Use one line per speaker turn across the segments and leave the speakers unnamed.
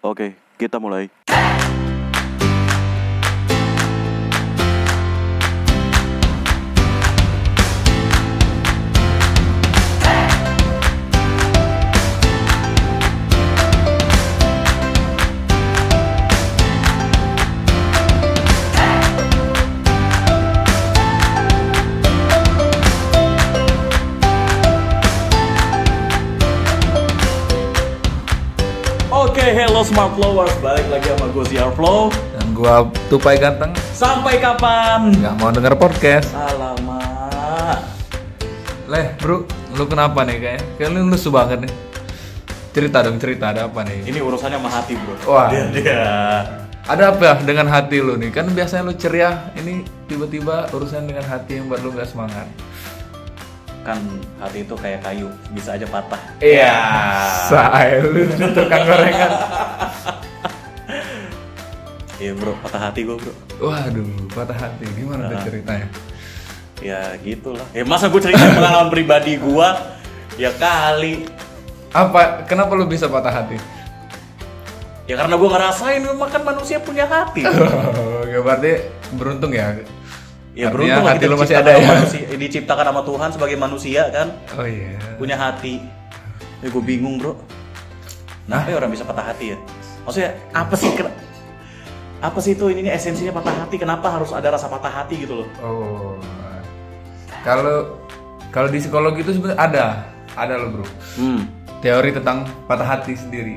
Oke, kita mulai.
Oke, hello smart flowers, balik lagi sama gue Ziar Flow.
Dan gua tupai ganteng,
Sampai kapan?
nggak mau denger podcast.
Alamak.
Leh, bro, lu kenapa nih kayaknya? Kayak lu lusu banget nih. Cerita dong, cerita ada apa nih?
Ini urusannya sama hati, Bro.
Wah,
Dia.
ada apa dengan hati lu nih? Kan biasanya lu ceria, ini tiba-tiba urusan dengan hati yang buat lu nggak semangat.
Kan hati itu kayak kayu, bisa aja patah.
Iya, saya lu nih tukang gorengan.
Iya, Bro, patah hati gue, Bro.
Waduh, patah hati. Gimana tuh ceritanya?
Ya, gitulah. Eh, masa gue cerita pengalaman pribadi gue? Ya kali.
Apa? Kenapa lu bisa patah hati?
Ya karena gue ngerasain memang kan manusia punya hati.
Oh, ya berarti beruntung ya.
Ya
Artinya
beruntung lah
hati
kita
lu masih
diciptakan
ada
sama
ya.
manusia- diciptakan sama Tuhan sebagai manusia kan,
Oh iya.
punya hati. Ya gue bingung, Bro. Kenapa ya orang bisa patah hati ya? Maksudnya apa sih ken- apa sih itu ini esensinya patah hati? Kenapa harus ada rasa patah hati gitu loh?
Oh. Kalau kalau di psikologi itu sebenarnya ada, ada loh bro.
Hmm.
Teori tentang patah hati sendiri.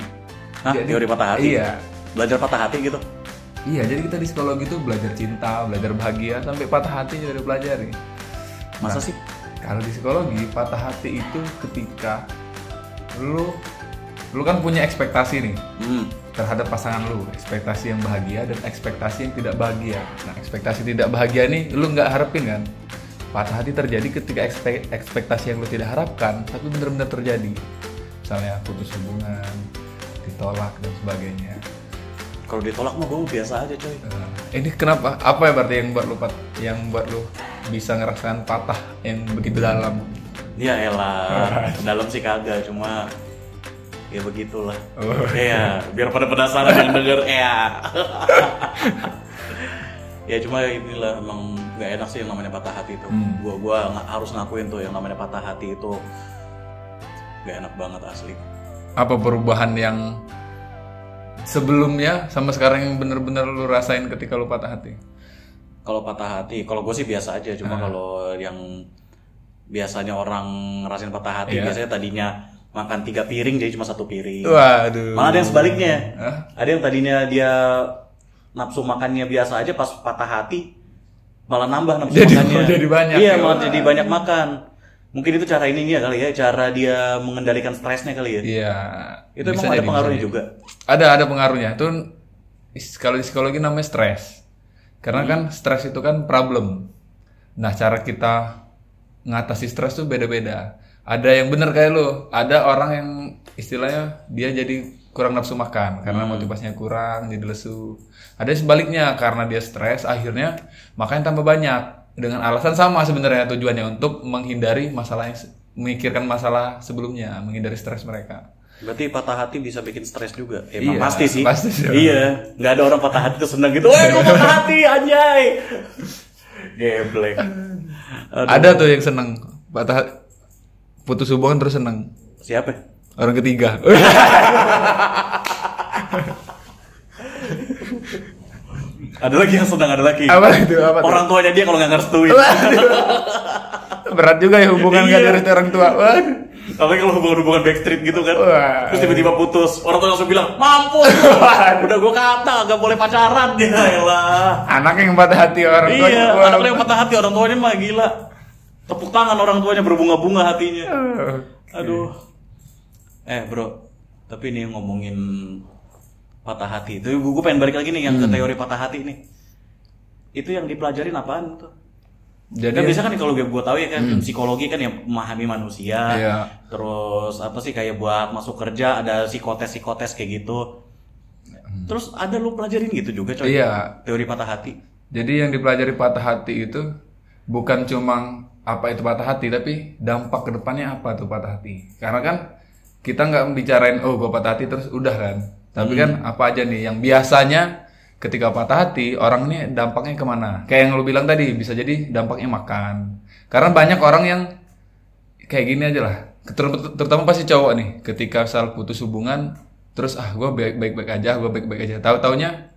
Hah, teori patah hati?
Iya,
Belajar patah hati gitu.
iya. Jadi kita di psikologi itu belajar cinta, belajar bahagia, sampai patah hati juga dipelajari.
Masa sih?
Kalau di psikologi patah hati itu ketika lu lu kan punya ekspektasi nih
Hmm.
terhadap pasangan lu ekspektasi yang bahagia dan ekspektasi yang tidak bahagia nah ekspektasi tidak bahagia ini lu nggak harapin kan patah hati terjadi ketika ekspe- ekspektasi yang lu tidak harapkan tapi benar-benar terjadi misalnya putus hubungan ditolak dan sebagainya
Kalau ditolak mah gue biasa aja coy.
Eh, ini kenapa apa ya berarti yang buat lu pat- yang buat lu bisa ngerasakan patah yang begitu dalam
Ya elah, dalam sih kagak cuma ya begitulah.
Oh.
Iya, biar pada penasaran yang denger ya. ya cuma inilah emang nggak enak sih yang namanya patah hati itu.
Hmm.
Gua gua nggak harus ngakuin tuh yang namanya patah hati itu nggak enak banget asli.
apa perubahan yang sebelumnya sama sekarang yang bener-bener lu rasain ketika lu patah hati
Kalau patah hati, kalau gue sih biasa aja.
Ah.
Cuma kalau yang biasanya orang ngerasain patah hati,
Iya.
biasanya tadinya makan tiga piring jadi cuma satu piring.
waduh
Malah ada yang sebaliknya. ya.
Hah?
Ada yang tadinya dia nafsu makannya biasa aja pas patah hati malah nambah nafsu
Jadi-
makannya.
jadi banyak
Iya,
ya.
malah jadi banyak makan. Mungkin itu cara ininya kali ya, cara dia mengendalikan stresnya kali ya.
Iya.
Itu emang
bisa
ada
jadi,
pengaruhnya
bisa jadi.
juga.
Ada ada pengaruhnya. Itu is- kalau di psikologi namanya stres.
Hmm.
Karena kan stres itu kan problem. Nah, cara kita ngatasi stres tuh beda-beda. Ada yang bener kayak lu, ada orang yang istilahnya dia jadi kurang nafsu makan karena
Hmm.
motivasinya kurang, jadi lesu. Ada yang sebaliknya karena dia stres akhirnya makan tambah banyak dengan alasan sama sebenarnya tujuannya untuk menghindari masalah yang se- memikirkan masalah sebelumnya, menghindari stres mereka.
Berarti patah hati bisa bikin stres juga. Emang
Iya,
pasti sih.
pasti sih.
Iya, nggak ada orang patah hati tuh seneng gitu. Wah, gua patah hati anjay. Geblek. Aduh,
Ada tuh yang seneng patah putus hubungan terus seneng
Siapa? ya?
orang ketiga.
Ada lagi yang senang, ada lagi.
apa itu apa? tuh?
Orang tuanya dia kalau nggak ngerestuin.
Berat juga ya hubungan gak
Iya.
dari orang tua. Waduh.
Apalagi kalau hubungan-hubungan backstreet gitu kan
Wah.
Terus tiba-tiba putus Orang tua langsung bilang Mampus Udah gue kata gak boleh pacaran Ya elah
Anak yang patah hati Iya. orang tua.
Iya
Wah.
Anak yang patah hati orang tuanya mah gila Tepuk tangan orang tuanya berbunga-bunga hatinya
Iya.
Aduh Eh bro Tapi nih ngomongin Patah hati Itu gue pengen balik lagi nih Yang
Hmm.
ke teori patah hati nih Itu yang dipelajarin apaan tuh
Jadi
kan biasa kan kalau gue gue tahu ya kan psikologi kan yang memahami manusia.
Hmm. Iya.
Terus apa sih kayak buat masuk kerja ada psikotes psikotes kayak gitu. Terus ada lu pelajarin gitu juga coy.
Hmm. Iya.
Teori patah hati.
jadi yang dipelajari patah hati itu bukan cuma apa itu patah hati tapi dampak kedepannya apa tuh patah hati. Karena kan kita nggak bicarain oh gua patah hati terus udah kan. Tapi kan apa aja nih yang biasanya ketika patah hati orang ini dampaknya kemana? Kayak yang lu bilang tadi bisa jadi dampaknya makan. Karena banyak orang yang kayak gini aja lah. Ter- terutama pasti cowok nih ketika misal putus hubungan terus ah gue baik baik baik aja gue baik baik aja tahu taunya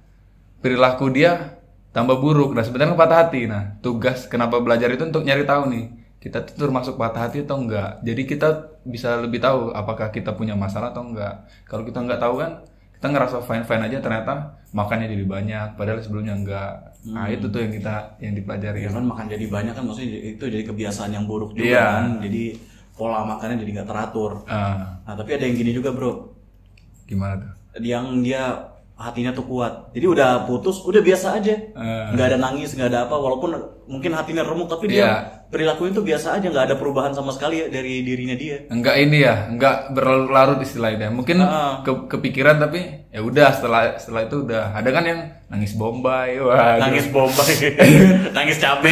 perilaku dia tambah buruk nah sebenarnya patah hati nah tugas kenapa belajar itu untuk nyari tahu nih kita tuh termasuk patah hati atau enggak jadi kita bisa lebih tahu apakah kita punya masalah atau enggak kalau kita enggak tahu kan kita ngerasa fine fine aja ternyata makannya jadi banyak padahal sebelumnya enggak nah itu tuh yang kita yang dipelajari
Ya kan makan jadi banyak kan maksudnya itu jadi kebiasaan yang buruk juga
Iya.
kan. Jadi pola makannya jadi nggak teratur.
Ah,
Nah tapi ada yang gini juga bro,
gimana tuh
yang dia hatinya tuh kuat. Jadi udah putus, udah biasa aja.
Eh.
Nggak ada nangis, nggak ada apa. Walaupun mungkin hatinya remuk, tapi
Iya.
dia perilakunya tuh biasa aja. Nggak ada perubahan sama sekali dari dirinya dia.
enggak ini ya enggak berlarut istilahnya ya. mungkin ke- kepikiran tapi ya udah setelah setelah itu udah ada kan yang nangis bombay wah gitu.
Nangis bombay, nangis cabe.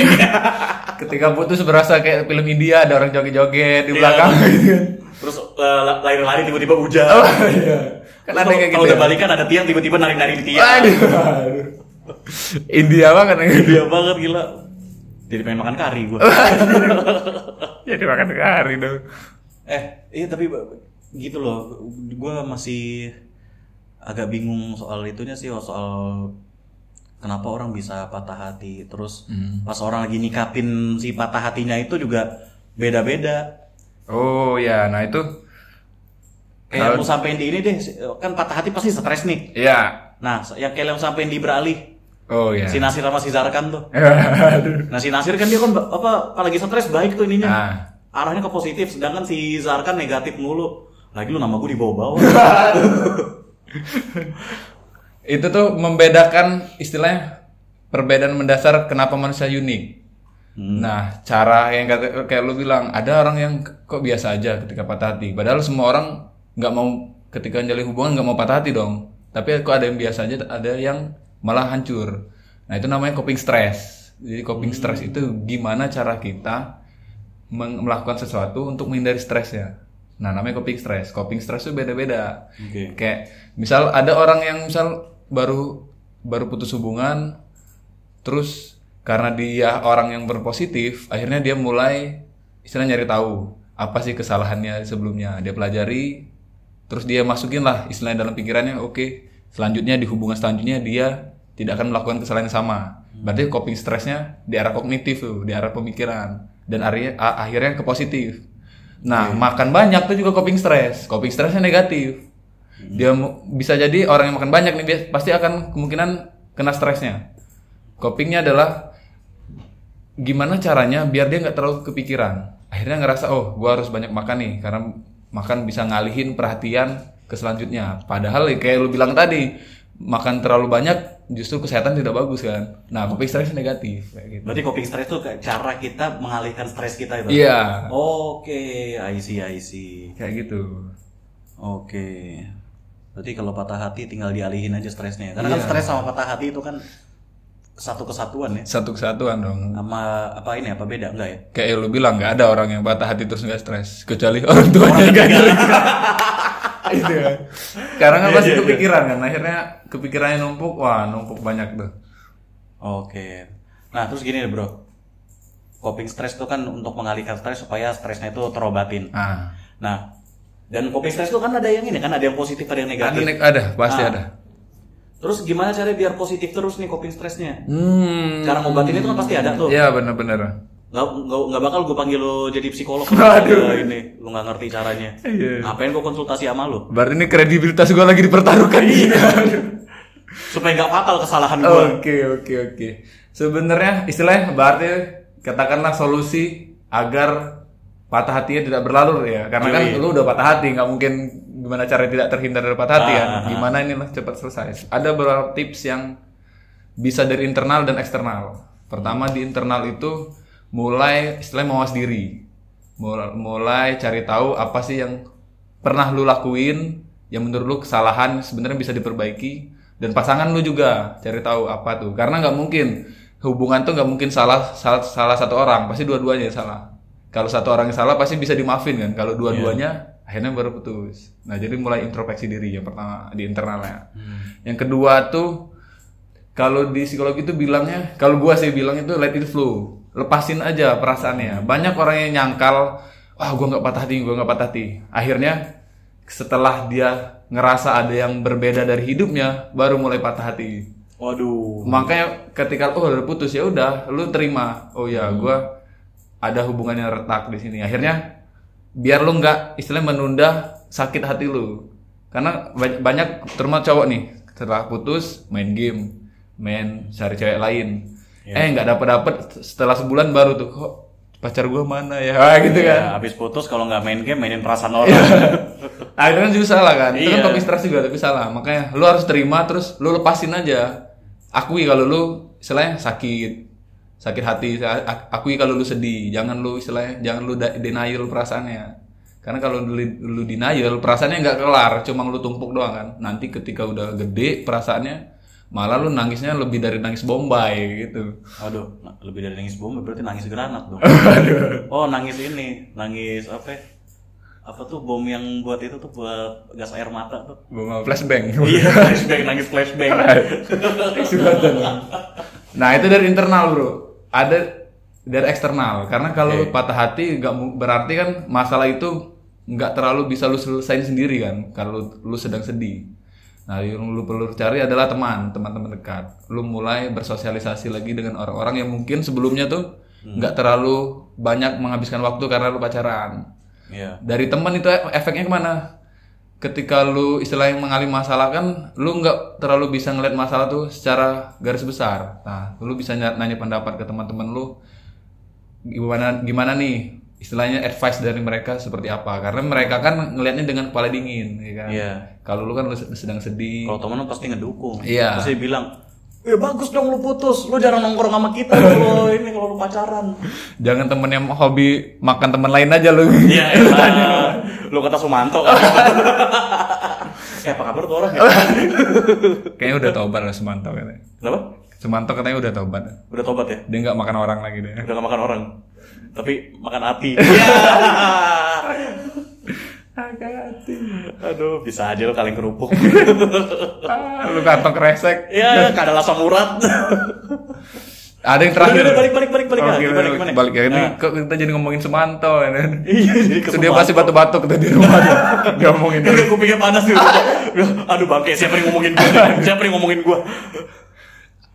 ketika putus berasa kayak film India ada orang joget-joget di belakang gitu kan.
Terus eh, lari-lari tiba-tiba hujan.
Iya.
Terus
kan ada
kalau-
yang kayak
kalau
gitu
udah balikan ada tiang tiba-tiba narik-narik di tiang.
Aduh, aduh. India banget yang gitu.
Dia banget gila. Jadi pengen makan kari gue.
jadi makan hari dong
eh, iya tapi ba- gitu loh. Gue masih agak bingung soal itunya sih oh, soal kenapa orang bisa patah hati. Terus pas orang lagi nyikapin si patah hatinya itu juga beda-beda.
oh ya nah itu
Kayak lu sampein di ini deh, si- kan patah hati pasti stres nih.
ya
Nah, yang kayak yang sampein di beralih,
oh ya
si Nasir sama si Zarkan tuh.
Aduh.
Nah, si Nasir kan dia kan ba- apa kalau lagi stres baik tuh ininya.
nah
arahnya ke positif sedangkan si Zarkan negatif mulu lagi lu nama gue dibawa-bawa
itu tuh membedakan istilahnya perbedaan mendasar kenapa manusia unik. Nah, cara yang kata, kayak lu bilang, ada orang yang kok biasa aja ketika patah hati. Padahal semua orang nggak mau ketika menjalin hubungan nggak mau patah hati dong. Tapi kok ada yang biasa aja, ada yang malah hancur. Nah, itu namanya coping stress. Jadi coping stress itu gimana cara kita meng- melakukan sesuatu untuk menghindari stresnya. Nah, namanya coping stress. Coping stress itu beda-beda.
oke
Kayak misal ada orang yang misal baru baru putus hubungan, terus karena dia orang yang berpositif, akhirnya dia mulai istilah nyari tahu apa sih kesalahannya sebelumnya. Dia pelajari, terus dia masukin lah istilahnya dalam pikirannya, oke selanjutnya di hubungan selanjutnya dia tidak akan melakukan kesalahan yang sama. Berarti coping stressnya di arah kognitif tuh, di arah pemikiran dan akhirnya a- akhirnya ke positif. Nah, makan banyak tuh juga coping stress. Coping stressnya negatif dia mu- bisa jadi orang yang makan banyak nih bias- pasti akan kemungkinan kena stresnya copingnya adalah gimana caranya biar dia nggak terlalu kepikiran akhirnya ngerasa oh gua harus banyak makan nih karena makan bisa ngalihin perhatian ke selanjutnya padahal ya kayak lu bilang tadi makan terlalu banyak justru kesehatan tidak bagus kan nah coping stress negatif kayak gitu
berarti coping stress itu kayak cara kita mengalihkan stres kita ya Bang?
iya
oke I see I see
kayak gitu
oke berarti kalau patah hati tinggal dialihin aja stresnya karena kan
Iya.
stres sama patah hati itu kan satu kesatuan ya
satu kesatuan dong
sama apa ini apa beda enggak ya
kayak lu bilang nggak ada orang yang patah hati terus nggak stres kecuali orang tuanya yang nggak kerja itu kan karena kan pasti kepikiran kan akhirnya kepikirannya numpuk wah numpuk banyak tuh
oke nah terus gini deh bro coping stress itu kan untuk mengalihkan stres supaya stresnya itu terobatin
ah
Nah, dan coping stress itu kan ada yang ini kan, ada yang positif, ada yang
ada
negatif.
nek- ada pasti ada
Terus gimana caranya biar positif terus nih coping stressnya?
hmm
Cara ngobatinnya itu kan pasti ada tuh.
ya bener-bener
Nggak, nggak, nggak bakal gue panggil lo jadi psikolog. Gila, ini, lu nggak ngerti caranya.
Iya.
Ngapain gue konsultasi sama lo?
berarti ini kredibilitas gua lagi dipertaruhkan Iya.
Supaya nggak fatal kesalahan gue.
oke oke oke sebenarnya istilahnya berarti katakanlah solusi agar patah hatinya tidak berlarut ya karena kan lu udah patah hati nggak mungkin gimana cara tidak terhindar dari patah hati kan gimana inilah cepat selesai ada beberapa tips yang bisa dari internal dan eksternal pertama di internal itu mulai istilahnya mawas diri Mul- mulai cari tahu apa sih yang pernah lu lakuin yang menurut lu kesalahan sebenarnya bisa diperbaiki dan pasangan lu juga cari tahu apa tuh karena nggak mungkin hubungan tuh nggak mungkin salah, salah salah satu orang pasti dua-duanya yang salah kalau satu orang yang salah pasti bisa dimaafin kan kalau dua-duanya akhirnya baru putus nah jadi mulai introspeksi diri yang pertama di internalnya yang kedua tuh kalau di psikologi itu bilangnya kalau gua sih bilang itu let it flow lepasin aja perasaannya banyak orang yang nyangkal wah gua nggak patah hati gua nggak patah hati akhirnya setelah dia ngerasa ada yang berbeda dari hidupnya baru mulai patah hati
Waduh.
makanya ketika oh udah putus ya udah lu terima oh ya gua ada hubungan yang retak di sini akhirnya biar lu nggak istilahnya menunda sakit hati lu karena banyak, banyak terutama cowok nih setelah putus main game main cari cewek lain eh nggak dapet dapet setelah sebulan baru tuh kok pacar gua mana ya Wah, gitu kan
Ya, habis putus kalau nggak main game mainin perasaan orang.
akhirnya juga salah kan itu kan
Iya.
kopi stres juga tapi salah makanya lu harus terima terus lu lepasin aja akui kalau lu istilahnya sakit sakit hati ak- akui kalau lu sedih jangan lu istilahnya jangan lu da- denial perasaannya karena kalau lu, lu denial perasaannya nggak kelar cuma lu tumpuk doang kan nanti ketika udah gede perasaannya malah lu nangisnya lebih dari nangis bombay gitu
Aduh, na- lebih dari nangis bom berarti nangis granat dong. Oh, nangis ini, nangis apa? ya? Apa tuh bom yang buat itu tuh buat gas air mata tuh?
Bunga flashbang
Iya, flashback, nangis flashback.
Iya. Nah itu dari internal bro. Ada dari eksternal. Karena kalau patah hati nggak mu- berarti kan masalah itu nggak terlalu bisa lu selesain sendiri kan. Kalau lu sedang sedih. Nah yang lu perlu cari adalah teman, teman-teman dekat. Lu mulai bersosialisasi lagi dengan orang-orang yang mungkin sebelumnya tuh nggak terlalu banyak menghabiskan waktu karena lu pacaran
Iya.
dari teman itu e- efeknya kemana? Ketika lu istilahnya mengalami masalah kan, lu nggak terlalu bisa ngeliat masalah tuh secara garis besar. Nah, lu bisa ny- nanya pendapat ke teman-teman lu gimana gimana nih istilahnya advice dari mereka seperti apa? Karena mereka kan ngelihatnya dengan kepala dingin, ya kan?
Iya. Oh.
Kalau lu kan lu sedang sedih,
Kalau temen lu pasti ngedukung.
Iya.
Pasti bilang, "Eh, bagus dong lu putus. Lu jarang nongkrong sama kita kalau ini kalau lu pacaran."
jangan temen yang hobi makan teman lain aja lu.
Iya, elah. Lu kata Sumanto kan. eh, apa kabar tuh orang? ya?
Kayaknya udah tobat lah Sumanto katanya.
Kenapa?
Sumanto katanya udah tobat.
Udah tobat ya?
Dia nggak makan orang lagi deh.
udah gak makan orang tapi makan hati aduh bisa aja lo kaleng kerupuk
Ah, lu kantong kresek.
ya kadal asam urat
Ada yang
Udah,
terakhir.
udah, balik balik balik balik
Oke,
lagi balik gimana?
balik ya. Ini
Nah,
kok kita jadi ngomongin Semanto ya. kan?
iya jadi
Terus dia pasti batuk-batuk tadi di rumah dia. Dia ngomongin terus.
udah kupingnya panas gitu aduh bangke siapa yang ngomongin gue siapa yang ngomongin gue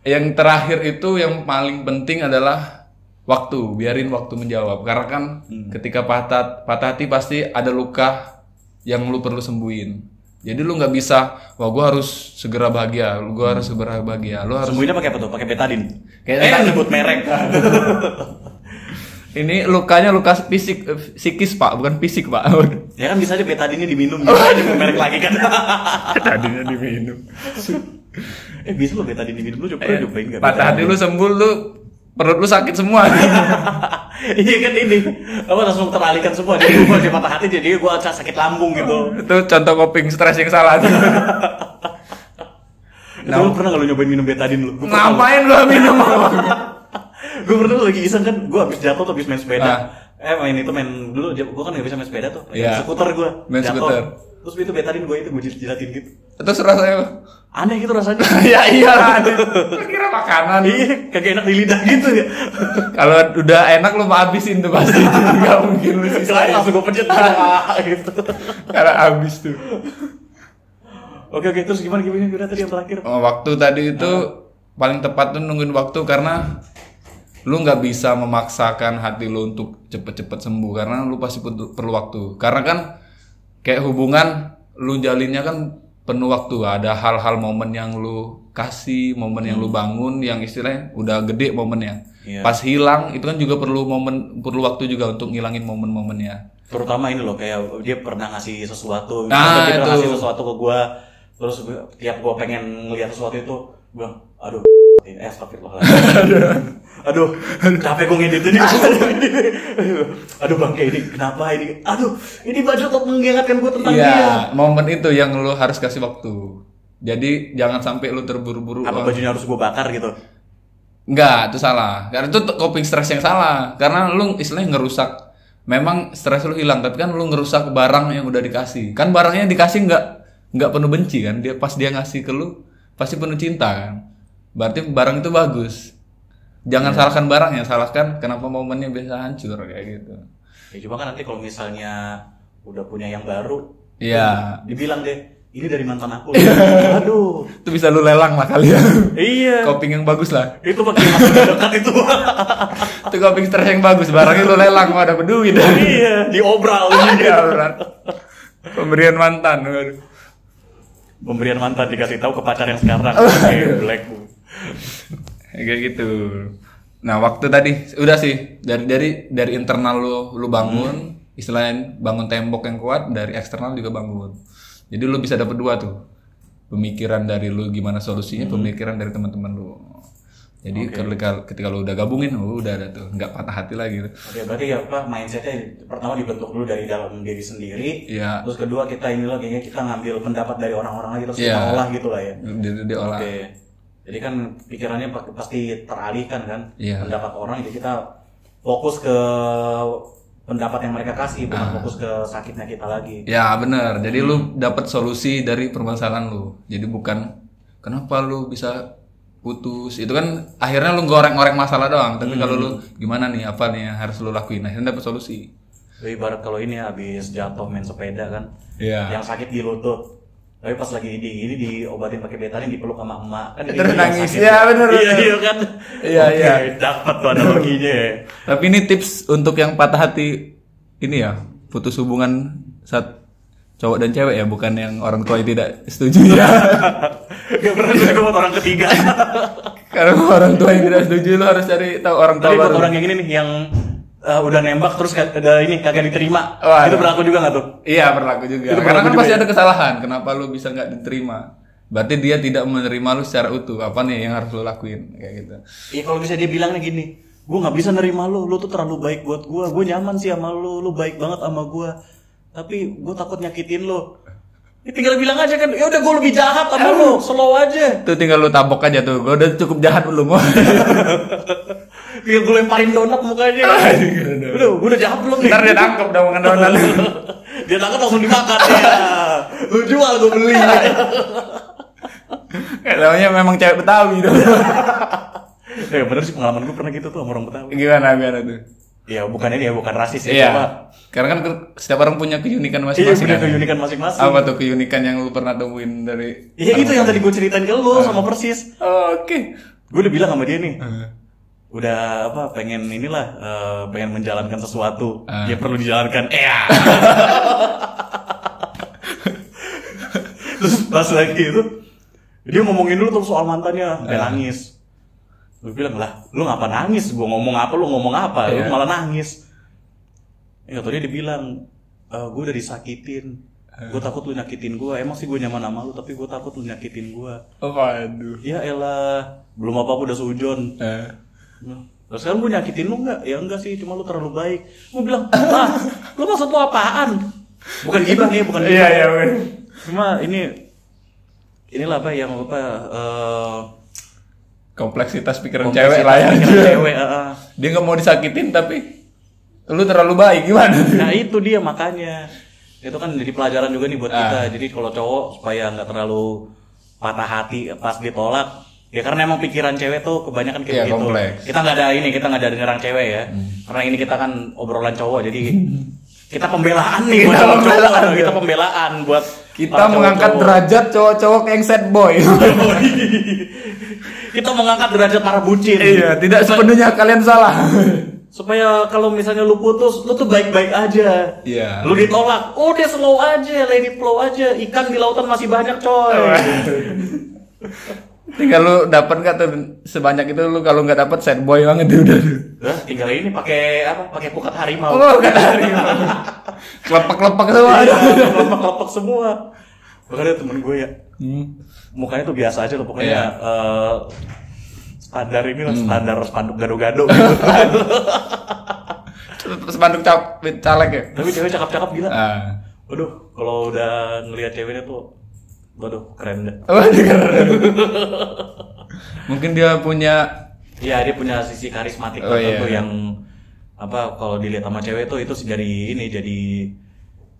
Yang terakhir itu yang paling penting adalah waktu, biarin waktu menjawab. Karena kan
Hmm.
ketika patah patah hati pasti ada luka yang lu perlu sembuhin. Jadi lu nggak bisa, wah gua harus segera bahagia, lu gua harus segera bahagia, lu harus
sembuhnya pakai apa tuh pakai betadin
Kayak
eh nyebut merek
ini lukanya luka fisik eh, psikis pak, bukan fisik pak.
ya kan bisa aja betadinnya diminum
Oh,
bisa
iya.
nyebut merek lagi kan
tadinya diminum
eh bisa lo betadin diminum lo coba lo cobain nggak
Iya. patah hati lu sembuh lu perut lu sakit semua
iya kan ini apa langsung teralihkan semua jadi gue di patah hati jadi gue sakit lambung gitu
itu contoh coping stres yang salah
Itu
Nah.
lu pernah nggak lu nyobain minum betadin lu? Gue pernah,
ngapain lu minum
Gua pernah tuh lagi iseng kan, gue habis jatuh tuh habis main sepeda.
Ah.
Eh main itu main dulu, gue kan nggak bisa main sepeda tuh. Main
Iya.
Skuter gue.
Main skuter.
Terus itu betadin gue itu gue jilatin gitu.
terus rasanya apa?
Aneh gitu rasanya.
ya iyalah Lu kira makanan
Iya, kagak enak di lidah gitu ya.
kalau udah enak lu mau habisin tuh pasti nggak mungkin lu
Selain
sisain
langsung gue pencet ah, gitu.
karena habis tuh
Oke oke terus gimana gimana gimana tadi yang terakhir?
Oh, waktu tadi itu
Hmm.
paling tepat tuh nungguin waktu karena lu nggak bisa memaksakan hati lu untuk cepet-cepet sembuh karena lu pasti putu- perlu waktu karena kan kayak hubungan lu jalinnya kan penuh waktu ada hal-hal momen yang lu kasih momen yang lu bangun yang istilahnya udah gede momennya
Hmm. Iya.
pas hilang itu kan juga perlu momen perlu waktu juga untuk ngilangin momen-momennya
Terutama ini loh kayak dia pernah ngasih sesuatu,
Nah,
misalnya dia pernah
itu.
ngasih sesuatu ke gue. Terus gua- tiap gue pengen ngeliat sesuatu itu, gue aduh eh astagfirullahaladzim aduh capek gue ngedit ini aduh bangke ini kenapa ini aduh ini baju tetap mengingatkan gue tentang dia
iya momen itu yang lu harus kasih waktu jadi jangan sampai lu terburu-buru
apa bajunya harus gue bakar gitu
Enggak, itu salah. Karena itu t- coping stress yang salah. Karena lu istilahnya ngerusak memang stres lu hilang tapi kan lu ngerusak barang yang udah dikasih kan barangnya yang dikasih nggak nggak penuh benci kan dia pas dia ngasih ke lu pasti penuh cinta kan berarti barang itu bagus jangan salahkan barang ya salahkan kenapa momennya biasa hancur kayak gitu
Ya cuma kan nanti kalau misalnya udah punya yang baru,
Iya,
dibilang deh, ini dari mantan aku. Aduh.
itu bisa lu lelang lah kali ya.
Iya.
Coping yang bagus lah.
Itu pakai masker dekat itu.
Itu coping stres yang bagus, barangnya lu lelang mau dapat duit.
iya, diobral.
Iya, berat. Pemberian mantan. waduh.
Pemberian mantan dikasih tahu ke pacar yang sekarang. Oke, black.
Kayak gitu. Nah, waktu tadi udah sih dari dari dari internal lu lu bangun, istilahnya bangun tembok yang kuat, dari eksternal juga bangun. Jadi lu bisa dapat dua tuh. Pemikiran dari lu gimana solusinya, pemikiran dari teman-teman lu. Jadi ketika ketika lu udah gabungin, oh, udah ada tuh, nggak patah hati lagi gitu.
Oke, berarti ya apa mindsetnya pertama dibentuk dulu dari dalam diri sendiri.
Iya.
Terus kedua kita ini lagi kita ngambil pendapat dari orang-orang lagi terus
Iya.
kita olah gitu lah ya.
Dia, dia olah.
Oke. Jadi kan pikirannya pa- pasti teralihkan kan
Iya.
pendapat orang jadi kita fokus ke pendapat yang mereka kasih bukan
Ah.
fokus ke sakitnya kita lagi.
Ya benar. Jadi lu dapat solusi dari permasalahan lu. Jadi bukan kenapa lu bisa putus. Itu kan akhirnya lu goreng-goreng masalah doang. Tapi kalau lu gimana nih apa nih yang harus lu lakuin? Akhirnya dapat solusi.
Jadi ibarat kalau ini habis jatuh main sepeda kan
Iya.
yang sakit di lutut. Tapi pas lagi di ini diobatin pakai betalin dipeluk sama emak kan
Terus
jadi dia
nangis.
sakit.
Iya, bener,
Iya
bener.
iya kan.
Iya,
Oke,
iya.
Dapat tuh analoginya. ya.
Tapi ini tips untuk yang patah hati ini ya, putus hubungan saat cowok dan cewek ya, bukan yang orang tua yang tidak setuju ya.
Gak pernah juga buat orang ketiga.
Karena orang tua yang tidak setuju lu harus cari tahu orang tua
Tapi buat
baru.
orang yang ini nih yang eh, udah nembak terus kag- ada ini kagak diterima.
Waduh.
Itu berlaku juga nggak tuh?
Iya berlaku juga.
Itu
Karena
berlaku
kan
juga ya.
pasti ada kesalahan. Kenapa lu bisa nggak diterima? Berarti dia tidak menerima lu secara utuh. Apa nih yang harus lu lakuin? Kayak gitu.
Iya kalau misalnya dia bilangnya gini, gue nggak bisa nerima lo, lo tuh terlalu baik buat gue, gue nyaman sih sama lo, lo baik banget sama gue, tapi gue takut nyakitin lo. Ya, tinggal bilang aja kan, ya udah gue lebih jahat sama lo, slow aja.
Tuh tinggal lu tabok aja tuh. Gue udah cukup jahat belum?
Ya gue lemparin donat mukanya. udah, gue udah jahat belum nih.
Ntar dia tangkap dah makan donat.
dia tangkap langsung dimakan ya. Lu jual gue beli.
Kayak Eh, namanya memang cewek Betawi tuh.
ya bener sih pengalaman gue pernah gitu tuh sama orang Betawi.
Gimana gimana tuh?
Ya bukan ini ya bukan rasis ya.
Iya.
cuma-
Karena kan ke- setiap orang punya keunikan
Iya
masing-masing.
punya
kan?
keunikan masing-masing.
Apa tuh keunikan yang lu pernah temuin dari?
Ya itu yang tadi gue ceritain ke
Ah.
lo sama persis.
Oh, Oke.
Gue udah bilang sama dia nih. udah apa pengen inilah eh, pengen menjalankan sesuatu
Ah.
ya perlu dijalankan eh ah. terus pas lagi itu dia ngomongin dulu tuh soal mantannya sampai
Ah.
nangis lu bilang lah lu ngapa nangis gua ngomong apa lu ngomong apa
Iya.
lu malah nangis ya tadi dia bilang "Eh, gua udah disakitin
Ah.
gua takut lu nyakitin gua emang sih gua nyaman sama lu tapi gua takut lu nyakitin gua
Waduh.
ya elah belum apa apa udah sujon
Eh.
Terus kan gue nyakitin lu nggak? Ya enggak sih, cuma lu terlalu baik. Gue bilang, ah, lu maksud lu apaan? Bukan gibah nih, bukan gibah.
Iya iya. bener.
Cuma ini, inilah apa yang apa, eh
Kompleksitas pikiran cewek lah ya.
pikiran cewek, eh, eh.
dia nggak mau disakitin tapi lu terlalu baik gimana
Nah itu dia makanya. Itu kan jadi pelajaran juga nih buat
Ah.
kita. Jadi kalau cowok supaya nggak terlalu patah hati pas ditolak, ya karena emang pikiran cewek tuh kebanyakan kayak
Iya,
gitu.
kompleks. Hmm.
Kita nggak ada ini, kita nggak ada nyerang cewek ya. Karena ini kita kan obrolan cowok, jadi kita pembelaan nih buat
Kita
cowok
pembelaan, ya.
Kita pembelaan buat
kita
para
mengangkat
cowok-cowok.
derajat Ah, cowok-cowok yang sad boy
kita mengangkat derajat para bucin.
iya tidak sepenuhnya kalian salah
supaya kalau misalnya lu putus lu tuh baik-baik aja
Iya.
lu ditolak oh dia slow aja lady flow aja ikan di lautan masih banyak coy
tinggal lu dapat nggak tuh sebanyak itu lu kalau nggak dapat sad boy banget tuh udah
Hah, tinggal ini pakai apa pakai pukat harimau
oh kata kelepak kelepak semua
Iya,
ada
kelopak-kelopak semua makanya temen gue ya
Hmm.
mukanya tuh biasa aja loh pokoknya
Iya. Hmm.
eh, standar ini lah standar spanduk gado-gado gitu.
sepanduk cap caleg ya
tapi cewek cakep-cakep gila
ah
waduh kalau udah ngelihat ceweknya tuh waduh keren deh
Wah, keren. Oh, mungkin dia punya
Iya, dia punya sisi karismatik
Oh,
tertentu
iya.
yang apa kalau dilihat sama cewek tuh itu dari ini jadi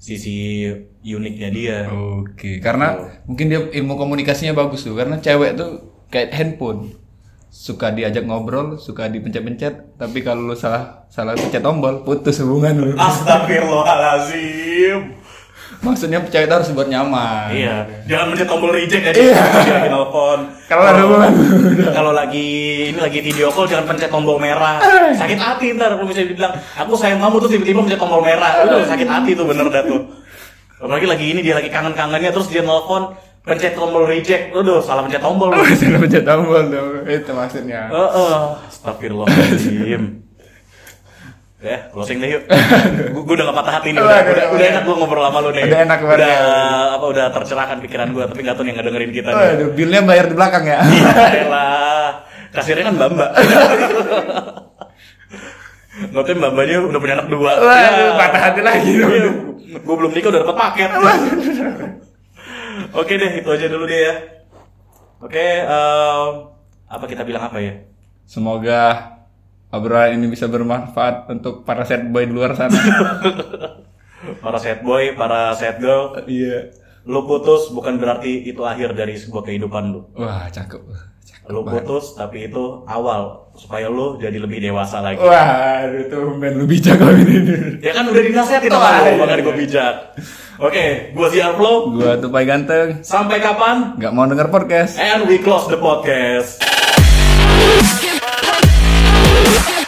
sisi uniknya dia.
Oke, karena mungkin dia ilmu komunikasinya bagus tuh. Karena cewek tuh kayak handphone. Suka diajak ngobrol, suka dipencet-pencet, tapi kalau lu salah salah pencet tombol, putus hubungan lu.
Astagfirullahalazim.
Maksudnya cewek itu harus buat nyaman.
Iya, jangan mencet tombol reject aja. Iya. Lagi nelfon.
Kalau ada hubungan.
Kalau lagi ini lagi video call jangan pencet tombol merah.
Eh.
Sakit hati ntar kalau misalnya dibilang, aku sayang kamu terus tiba-tiba pencet tombol merah.
Eh.
Udah sakit hati tuh bener dah tuh. Apalagi lagi ini dia lagi kangen-kangennya terus dia nelfon pencet tombol reject. Udah salah pencet tombol. lu.
Salah pencet tombol tuh. Itu maksudnya.
Heeh. Astagfirullahaladzim. Ya, closing deh yuk. Gu- gua udah gak patah hati nih. Udah, udah,
Waduh,
udah
waduh.
enak gua ngobrol sama lu nih.
Udah enak banget.
Udah apa udah tercerahkan pikiran gua, tapi gak tau nih yang ngedengerin kita nih.
Waduh, bilnya bayar di belakang ya.
Ya elah. Kasirnya kan Bamba. Notnya Bambanya udah punya anak dua. Iya.
Waduh, patah hati lagi dong.
Gue belum nikah udah dapat paket. Oke deh, itu aja dulu deh ya. Oke, em, apa kita bilang apa ya?
Semoga obrolan ini bisa bermanfaat untuk para set boy di luar sana.
Para sad boy, para sad girl,
Iya.
lu putus bukan berarti itu akhir dari sebuah kehidupan lu.
Wah, cakep. Cakep
Lu
banget.
putus tapi itu awal supaya lu jadi lebih dewasa
Oh.
lagi.
Wah, tuh men lu bijak kalau ini.
Ya kan udah dinasehatin sama
Wah,
lu,
iya,
makanya
iya.
gue bijak. Oke, gua si Arflo.
Gua tuh paling ganteng,
Sampai kapan?
nggak mau denger podcast.
And we close the podcast.
Thank you.